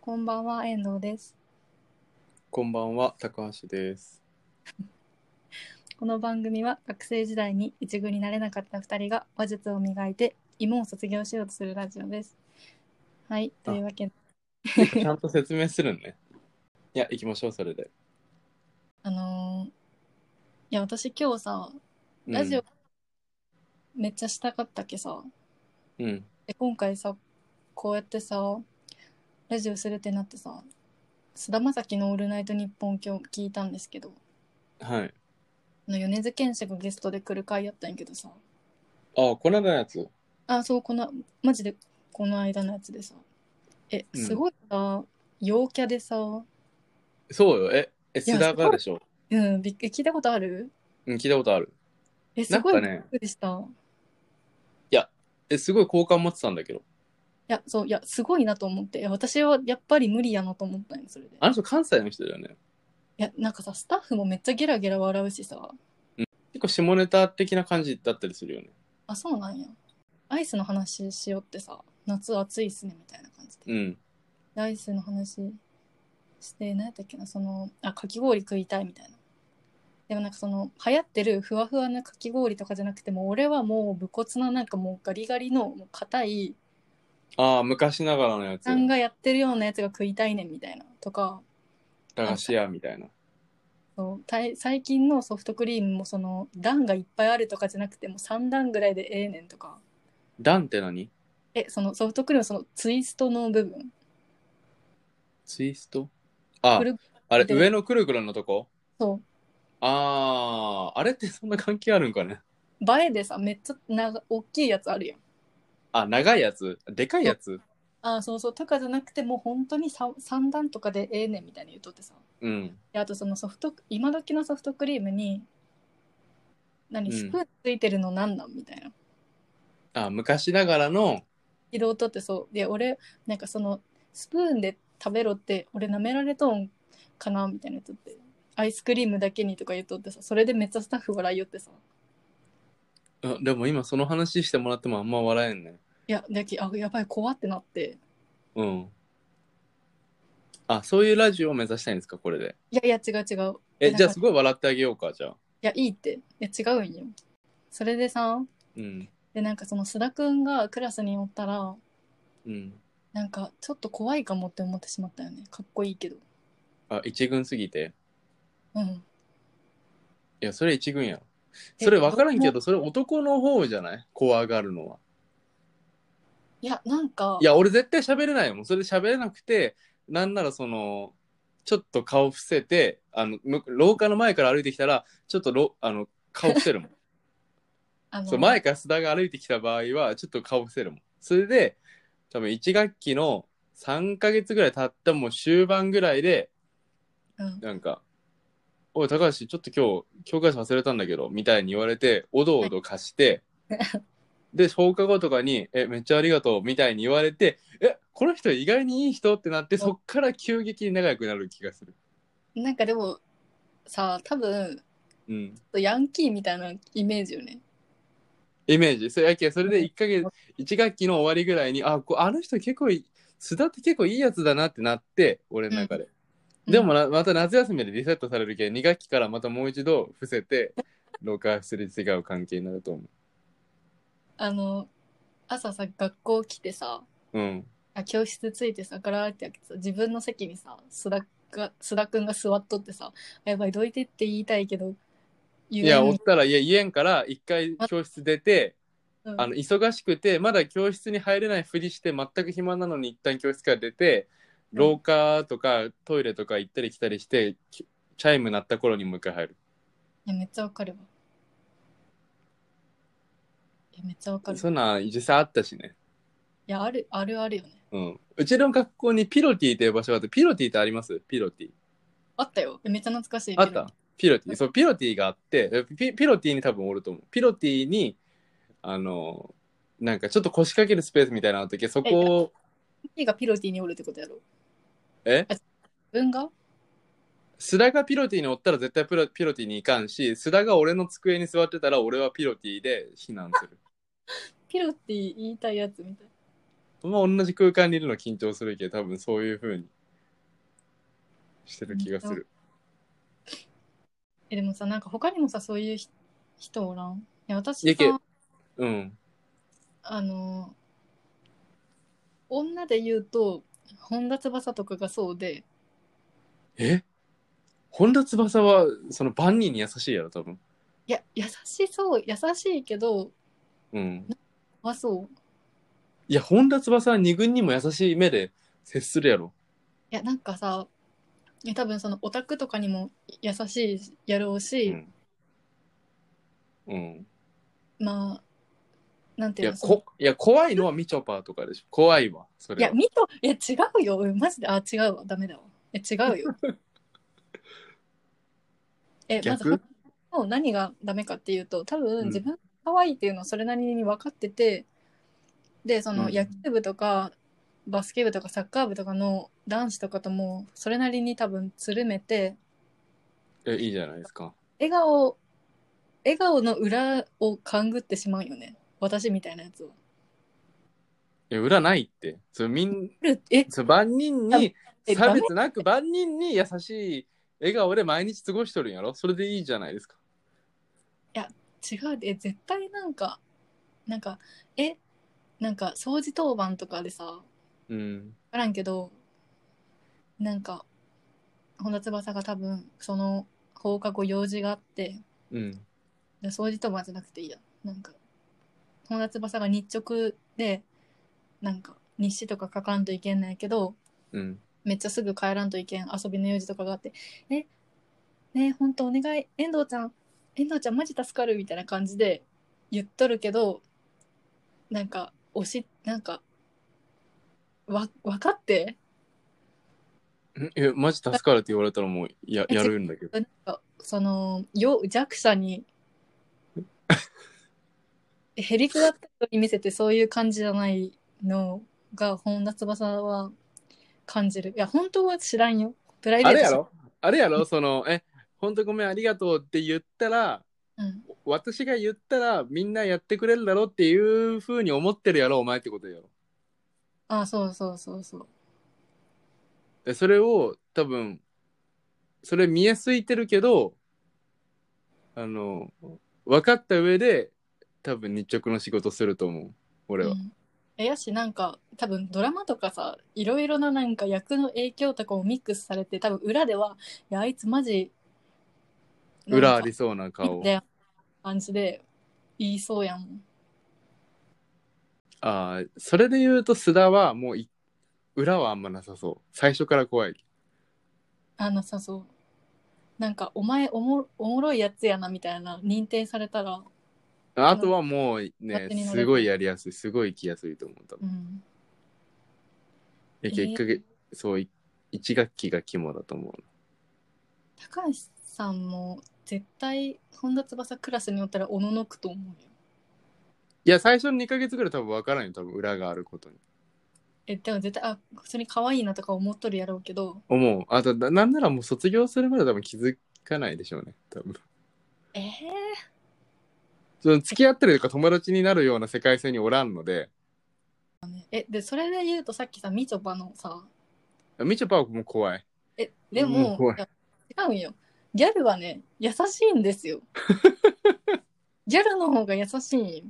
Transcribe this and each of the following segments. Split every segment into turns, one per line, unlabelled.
こんばんは、遠藤です。
こんばんは、高橋 です。
この番組は学生時代に一軍になれなかった二人が話術を磨いて芋を卒業しようとするラジオです。はい、というわけで、
てかちゃんと説明するんね。いや、行きましょう、それで。
あのーいや、私今日さ、ラジオめっちゃしたかったっけさ、
うん。うん。
で今回さ、こうやってさ、ラジオするってなってさ、菅田将暉の「オールナイトニッポン」今日聞いたんですけど、
はい。
あの米津玄師がゲストで来る回やったんやけどさ、
あ、この間のやつ。
あ、そう、この、マジでこの間のやつでさ。え、
うん
すごいさ、陽キャでさ、
そうよ。え、え、須田がでしょ。
うん、びっえ聞いたことある
うん、聞いたことある。
え、すごい
な
び
んかね
っくりした。
え、すごい好感持ってたんだけど。
いや、そう、いや、すごいなと思って、いや私はやっぱり無理やなと思ったんよ、それで。い
あの人、関西の人だよね。
や、なんかさ、スタッフもめっちゃゲラゲラ笑うしさ、
結構下ネタ的な感じだったりするよね。
あ、そうなんや。アイスの話しようってさ、夏暑いっすね、みたいな感じで。
うん。
でアイスの話して何やったっけなそのあかき氷食いたいみたいなでもなんかその流行ってるふわふわなかき氷とかじゃなくてもう俺はもう武骨ななんかもうガリガリのもう硬い
ああ、昔ながらのやつ
さ。んがやってるようなやつが食いたいねんみたいなとか
駄菓子屋みたいな。
そうたい最近のソフトクリームもその段がいっぱいあるとかじゃなくてもう3段ぐらいでええねんとか
ダンって何
えそのソフトクリームそのツイストの部分
ツイストあ
くる、
あれ、
で
上のくるくるのとこ
そう
ああ、あれってそんな関係あるんかね。
映えでさめっちゃ長大きいやつあるやん
あ、長いやつでかいやつ
あそうそうとかじゃなくてもう本当にさ三段とかでええねんみたいに言うとってさ
うん。
であとそのソフト今時のソフトクリームに何
うん
スプーンついてるのなんなんみたいな
あ、昔ながらの、
色をとってそうで俺なんかそのスプーンで食べろって俺舐められとんかなみたいな言っとってアイスクリームだけにとか言っとってさそれでめっちゃスタッフ笑いよってさ
あでも今その話してもらってもあんま笑えんね。
いやだけあやばい怖ってなって
うん。あ、そういうラジオを目指したいんですか、これで。
いやいや違う違う
え、じゃあ
なん
す
か
ごい笑ってあげようか、じゃあ。
いやいいっていや違うんよそれでさ
うん。
でなんかその須田くんがクラスにおったら
うん。
なんかちょっと怖いかもって思ってしまったよねかっこいいけど
あ、一軍すぎて。
うん
いや、それ一軍やろ。
え
それ分からんけど、それ男の方じゃない怖がるのは。
いやなんか
いや、俺絶対喋れないよ。もうそれ喋れなくて、なんならその、ちょっと顔伏せて、あの、む廊下の前から歩いてきたら、ちょっとろあの顔伏せるもん。
あの
そう前から須田が歩いてきた場合はちょっと顔伏せるもんそれで多分1学期の3ヶ月ぐらい経ったもう終盤ぐらいで
うん
なんか「おい高橋ちょっと今日教科書忘れたんだけど」みたいに言われておどおど 貸して、で放課後とかに「えめっちゃありがとう」みたいに言われて「えこの人意外にいい人?」ってなってそっから急激に仲良くなる気がする。
なんかでもさ多分
うん
ヤンキーみたいなイメージよね
イメージそれやけそれで1ヶ月1学期の終わりぐらいにあこあの人結構い須田って結構いいやつだなってなって俺の中で、でも
な
なまた夏休みでリセットされるけん2学期からまたもう一度伏せて廊下すれ違う関係になると思
あの朝さ学校来てさ
ううん
あ教室ついてさガラーって開けてさ自分の席にさ須田が須田くんが座っとってさあやばいどいてって言いたいけど言え
い
ん
やおったらいや言えんから一回教室出て
うん
あの忙しくてまだ教室に入れないふりして全く暇なのに一旦教室から出て廊下とかトイレとか行ったり来たりしてチャイム鳴った頃にもう一回入る
いやめっちゃわかるわいやめっちゃわかる
そんなん実際あったしね
いやあるあるあるよね
うん、うちの学校にピロティという場所があって、ピロティってありますピロティ。
あったよ。めっちゃ懐かしいけど。
あったピロティ。そう、ピロティがあって、ピピロティに多分おると思う。ピロティに、あの、なんかちょっと腰掛けるスペースみたいなのあったけどそこを、
ピがピロティにおるってことやろ。
え
自分が
須田がピロティにおったら絶対ピロピロティに行かんし、須田が俺の机に座ってたら俺はピロティで避難する。
ピロティ言いたいやつみたい。
まあ同じ空間にいるの緊張するけど多分そういう風にしてる気がする。
えでもさなんか他にもさそういうひ人おらんいや
いや
私
け
さ
うん。
あの女で言うと本田翼とかがそうで
え本田翼はその万人に優しいやろ多分。
いや優しそう優しいけど
うん。
あそう
いや本田翼は二軍にも優しい目で接するやろ。
いやなんかさいや多分そのオタクとかにも優しいやろう
う
し、
ん。うん、
まあなんて
い
いう
や
のその
こいや怖いのはみちょぱとかでしょ怖いわそ
い
れ
や
は
見といや違うようんマジであ違うわダメだわえ違う よえまず
逆
もう何がダメかっていうと多
うん
分自分が可愛いっていうのをそれなりに分かってて、でその
うん
野球部とかバスケ部とかサッカー部とかの男子とかともそれなりに多分つるめて
えいいじゃないですか
笑顔笑顔の裏を勘ぐってしまうよね私みたいなやつを。
いや裏ないってそれみん
え
それ万人に
え
差別なく万人に優しい笑顔で毎日過ごしとるんやろそれでいいじゃないですか
違うで絶対なんかなんかえなんか掃除当番とかでさ分
うん
からんけどなんか本田翼が多分その放課後用事があって
うん
で掃除当番じゃなくていいやなんか本田翼が日直でなんか日誌とか書かんといけんないけど
うん
めっちゃすぐ帰らんといけん遊びの用事とかがあって「えねえほんとお願い遠藤ちゃん遠藤ちゃんマジ助かる」みたいな感じで言っとるけどなんか押しなんかわ分かって
んいやマジ助かるって言われたらもうや
え
やるんだけど
なんかそのよ弱者にへりくだった人に見せてそういう感じじゃないのが本田翼は感じるいや本当は知らんよプライベー
あ
ト
れや
知らん
ろあれやろそのえ本当ごめんありがとうって言ったら
うん
私が言ったらみんなやってくれるだろうっていうふうに思ってるやろお前ってことやろ
あ、そうそうそうそう。
でそれを多分それ見えすいてるけどあの分かった上で多分日直の仕事すると思う俺は、
うんえやしなんか多分ドラマとかさいろいろななんか役の影響とかをミックスされて多分裏ではいやあいつマジ
裏ありそうな
なんかいい
顔
んだよ感じで言いそうやもん
ああそれで言うと須田はもうい裏はあんまなさそう最初から怖い
あなさそうなんかお前おもおもろいやつやなみたいな認定されたら
あとはもうね
勝手に乗れる
すごいやりやすいすごい来やすいと思う多分
うん
え結
え
局そうい一学期が肝だと思う
高橋さんも絶対本田翼クラスにおったらおののくと思うよ
いや最初の2ヶ月ぐらい多分分からんよ多分裏があることに
えでも絶対あ普通に可愛いなとか思っとるやろうけど
思う。あと、ななんならもう卒業するまで多分気づかないでしょうね。多分。
えー、
その付き合ったりとか友達になるような世界線におらんので、
えでそれで言うとさっきさみちょぱのさ
みちょぱはもう怖い。
えで
うん
も、
怖い
いや違うんよギャルはね優しいんです よギャルの方が優しいんよ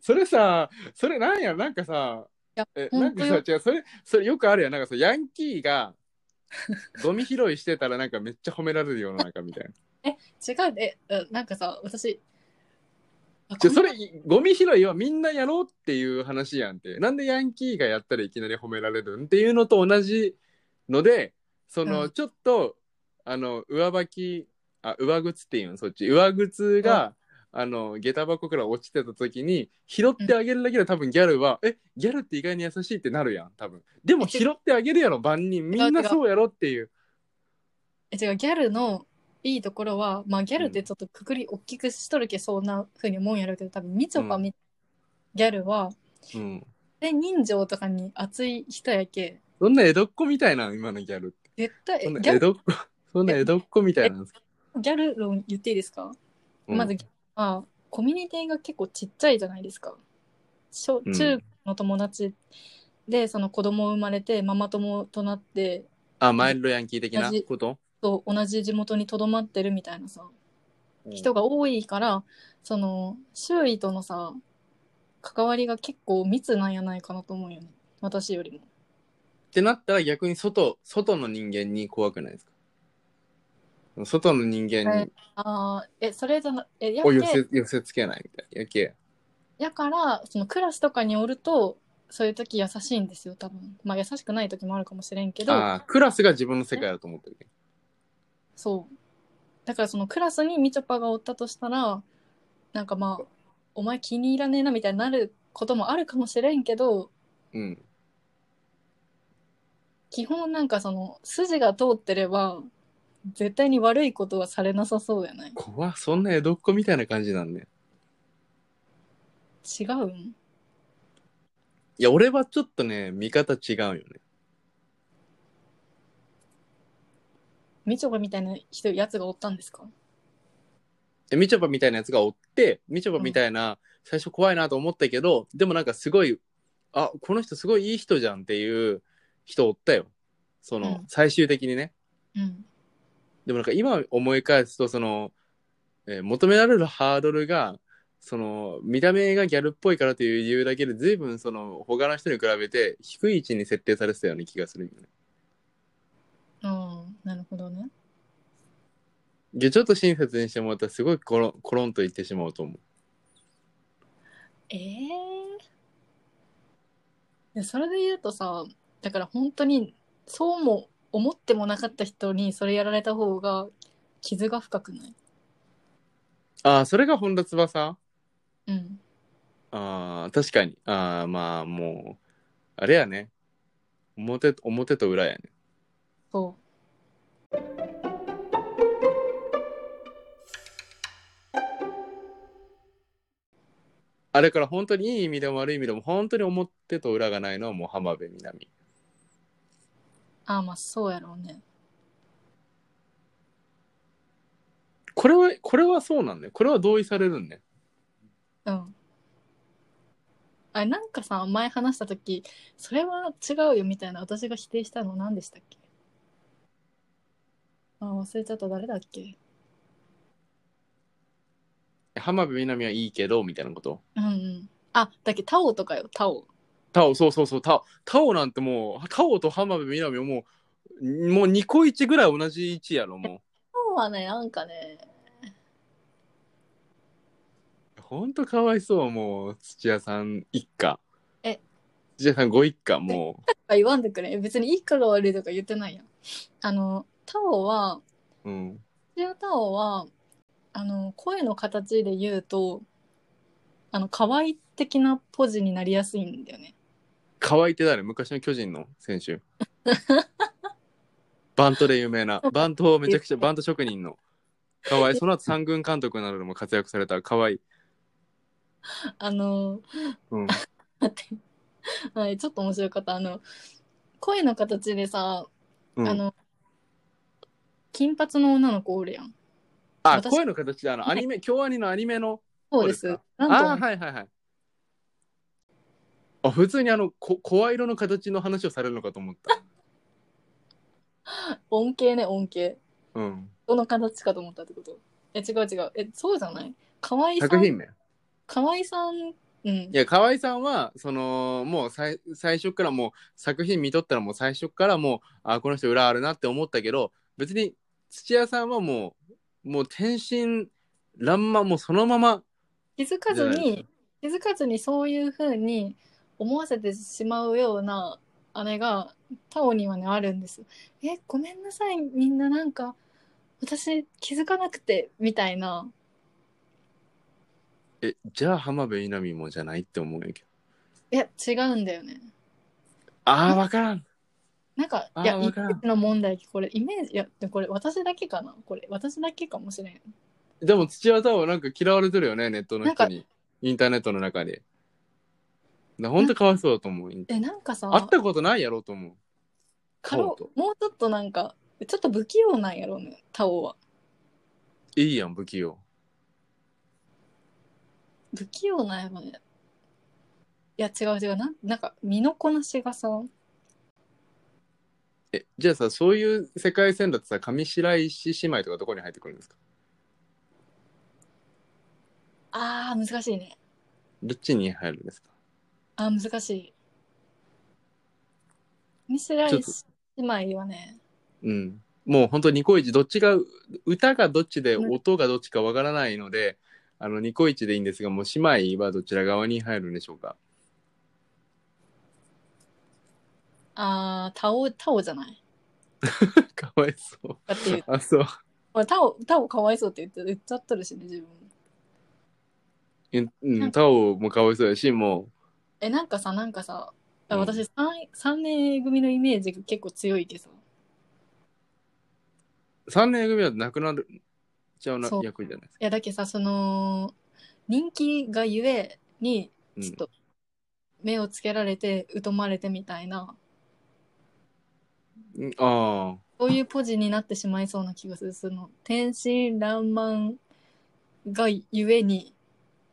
それさ、それなんや、なんかさ、
や
え
ほんと
なんかさ、違う、それ、それよくあるやん。なんかさ、ヤンキーが、ゴミ拾いしてたらなんかめっちゃ褒められる世の中みたいな。
違うでえなんかさ私あ
じゃ
こん
それ、ゴミ拾いはみんなやろうっていう話やんって。なんでヤンキーがやったらいきなり褒められるんっていうのと同じので、その、
うん
ちょっと、あの、上履き、あ、上靴っていうん、そっち。上靴が、あの、下駄箱から落ちてた時に、拾ってあげるだけで多分ギャルは、え、ギャルって意外に優しいってなるやん、多分。でも
え違う
拾ってあげるやろ、万人。みんなそうやろっていう。
え違うギャルのいいところはまあギャルってちょっとくくり大きくしとるけそんなふうに思うんやろうけど多分みちょぱみ、ギャルは
うん。
で人情とかに熱い人やけ
そんな江戸っ子みたいな、今のギャルって。
絶対
そんな
ギャ
江
ル
戸っ子、そんな江戸っ子みたいなんですか。
ギャル論言っていいですか
うん
まず、まあ、コミュニティが結構ちっちゃいじゃないですか。小
うん
中の友達でその子供生まれてママ友となって
あ、マイルドヤンキー的なこと
と同じ地元にとどまってるみたいなさ人
が。
が多いからその周囲とのさ関わりが結構密なんやないかなと思うよね私よりも
ってなったら逆に外、外の人間に怖くないですか外の人間に
ああえそれじゃなえや
を寄
け
せ寄せつけないみたいな。やけ。
やからそのクラスとかにおるとそういう時優しいんですよ多分まあ優しくない時もあるかもしれんけど
ああ、クラスが自分の世界だと思ってるね。
そう。だからそのクラスにみちょぱがおったとしたら、なんかまあ、お前気に入らねえなみたいになることもあるかもしれんけど、
うん。
基本なんかその筋が通ってれば、絶対に悪いことはされなさそうやない
怖っそんな江戸っ子みたいな感じなんね。
違うん
いや、俺はちょっとね、見方違うよね。
みちょぱみたいな人、やつがおったんですか
でみちょぱみたいなやつがおってみちょぱみたいな、最初怖いなと思ったけどでもなんかすごいあこの人すごいいい人じゃんっていう人おったよその、
うん
最終的にね
うん。
でもなんか今思い返すとその、えー求められるハードルがその見た目がギャルっぽいからという理由だけで随分その他の人に比べて低い位置に設定されてたような気がするよね。
うん、なるほどね。
でちょっと親切にしてもらったらすごいコロンコロンと言ってしまうと思う。
ええでそれで言うとさだから本当にそうも思ってもなかった人にそれやられた方が傷が深くない
ああそれが本田翼
うん
ああ、確かに。ああ、まあ、もう、あれやね。表、表と裏やね。
そ
あれから本当にいい意味でも悪い意味でも、本当に表と裏がないのはもう浜辺美波。
うああまあそうやろうね
これは、これはそうなんね。これは同意されるんね。
うんあれなんかさ前話した時それは違うよみたいな私が否定したの何でしたっけあー忘れちゃった誰だっけ
浜辺美波はいいけど、みたいなこと。
うんうんあだっけタオとかよタオ
タオ、そうそうそう、タオ。タオなんてもう、タオと浜辺美波はもう、もう2個1ぐらい同じ位置やろ、も
タオはねなんかね
う。ほんとかわいそう、もう、土屋さん一家。
え
土屋さんご一家、も
あ言わんでくれ別にいいかが悪いとか言ってないやんあのタオは
う。うん。
ジオタオはあの声の形で言うとあの可愛い的なポジになりやすいんだよね
河合って誰昔の巨人の選手バントで有名なバントをめちゃくちゃバント職人の河合その後三軍監督などでも活躍された河合、
あの
うん、
待って、はい、ちょっと面白かったあの声の形でさ、
うん
あの金髪の女の子おるやん
あ
私
声の形であのアニメ京アニのアニメの
そうです
そうです
な
あ
んと
ーはいはいはいあ普通にあのこ声色の形の話をされるのかと思った
恩恵ね恩恵
うん
どの形かと思ったってことえ違う違うえそうじゃない可愛さ
作
ん
品名い
可愛さんうん
や河合さんはそのもうさい最初からもう作品見とったらもう最初からもうあこの人裏あるなって思ったけど別に土屋さんはもうもう天真爛漫もうそのまま
気づかず
じゃない
に気づかずにそういうふうに思わせてしまうようなあれがタオにはねあるんですえごめんなさいみんななんか私気づかなくてみたいな
えじゃあ浜辺美波もじゃないって思うんやけど
いや違うんだよね
あー分からん
なんか
あー
いやイメ
わからん
ージの問題これイメージいやでもこれ私だけかなこれ私だけかもしれん
でも土屋太鳳はなんか嫌われてるよねネットの人にインターネットの中でなほんとかわいそうだと思う
えなんかさ
会ったことないやろうと思う
かろ
タオと
もうちょっとなんかちょっと不器用なんやろうねタオはい
いやん不器用
不器用なんやろねいや違う違うなんなんか身のこなしがさ
えじゃあさそういう世界線だとさ上白石姉妹とかどこに入ってくるんですか
あー難しいね
どっちに入るんですか
あー難しいミスラ
ちょ
イ
っと
ス姉妹はね
うんもう本当ニコイチどっちが歌がどっちで音がどっちかわからないので、あのニコイチでいいんですがもう姉妹はどちら側に入るんでしょうか
あータオタオじゃない
かわいそう。
だって いう
あ、そう。
ほらタオタオかわいそうって言って言っちゃっとるしね自分も
えう、
なんん
タオもかわいそうやし、も
えなんかさなんかさ
うん
私 3, 三年組のイメージが結構強いけどさ
う、3年組はなくなるちゃうな
そう
役じゃないですか。
いやだけさその人気がゆえに
うん
ちょっと目をつけられて疎まれてみたいな、
うんああ、
そういうポジになってしまいそうな気がするその天真爛漫がゆえに、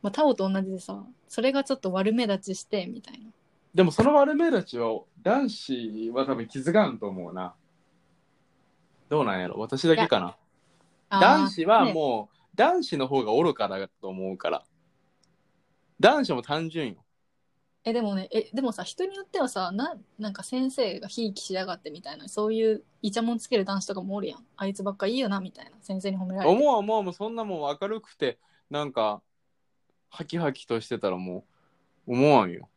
まあ、タオと同じでさそれがちょっと悪目立ちしてみたいな
でもその悪目立ちは男子は多分気づかんと思うな。どうなんやろ私だけかな。
あー
男子は
ね
もう、男子の方が愚かだと思うから。男子も単純よ。
えでもねえでもさ人によってはさななんか先生がひいきしやがってみたいなそういうイチャモンつける男子とかもおるやんあいつばっかいいよなみたいな先生に褒められて
思う思うもうそんなもん明るくて、なんか、ハキハキとしてたらもう、思わんよ。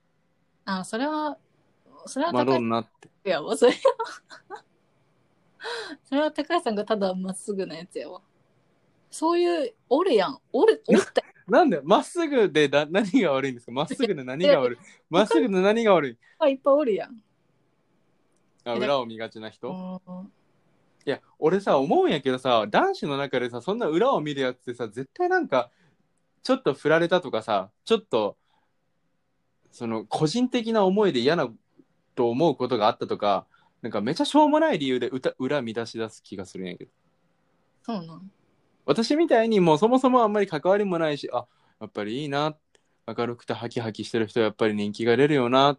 あそれはそれは
マ
高
ド
い
ンナって。
いやわそれは それは高橋さんがただまっすぐなやつやわそういうおるやんおるおった
なんでまっすぐでだ何が悪いんですかまっすぐで何が悪いまっすぐで何が悪い
やんいっぱいおるやん
あ
え
裏を見がちな
う
人
ん
いや俺さ思うんやけどさ男子の中でさそんな裏を見るやつってさ絶対なんかちょっと振られたとかさちょっとその個人的な思いで嫌なと思うことがあったとかなんかめちゃしょうもない理由でうた裏見出し出す気がするんやけど
そうなん
私みたいにもうそもそもあんまり関わりもないしあやっぱりいいな明るくてハキハキしてる人はやっぱり人気が出るよな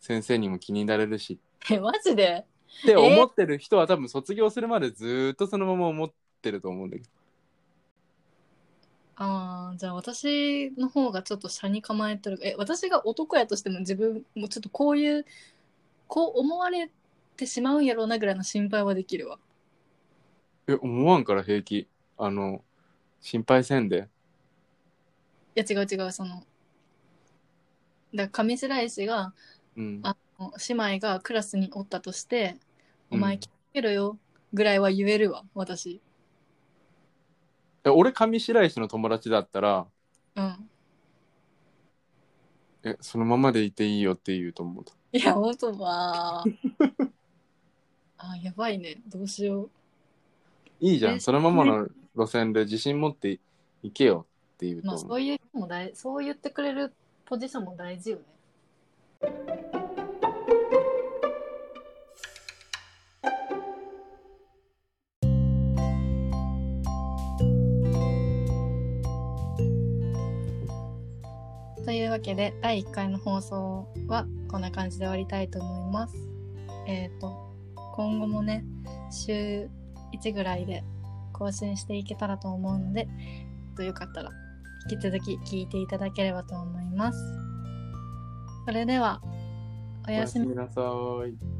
先生にも気になれるし
えマジで
って思ってる人は多分卒業するまでずーっとそのまま思ってると思うんだけど
ああじゃあ私の方がちょっと車に構えてるえ私が男やとしても自分もちょっとこういうこう思われてしまうんやろうなぐらいの心配はできるわ
え思わんから平気あの心配せんで
いや違う違うそのだから上白石が
うん
あ姉妹がクラスにおったとして「お前
うん
気をつけろよ」ぐらいは言えるわ私
え俺上白石の友達だったら
うん
えそのままでいていいよって言うと思うと
いや本当は あやばいねどうしよう
いいじゃん
え
そのままの路線で自信持っていけよって言うと
まあ
思う、
そういうのも大そう言ってくれるポジションも大事よねというわけで第1回の放送はこんな感じで終わりたいと思います。えっ、と今後もね週1ぐらいで更新していけたらと思うのでちょっとよかったら引き続き聞いていただければと思います。それではお
お
や
や
す
す
み
みなさーい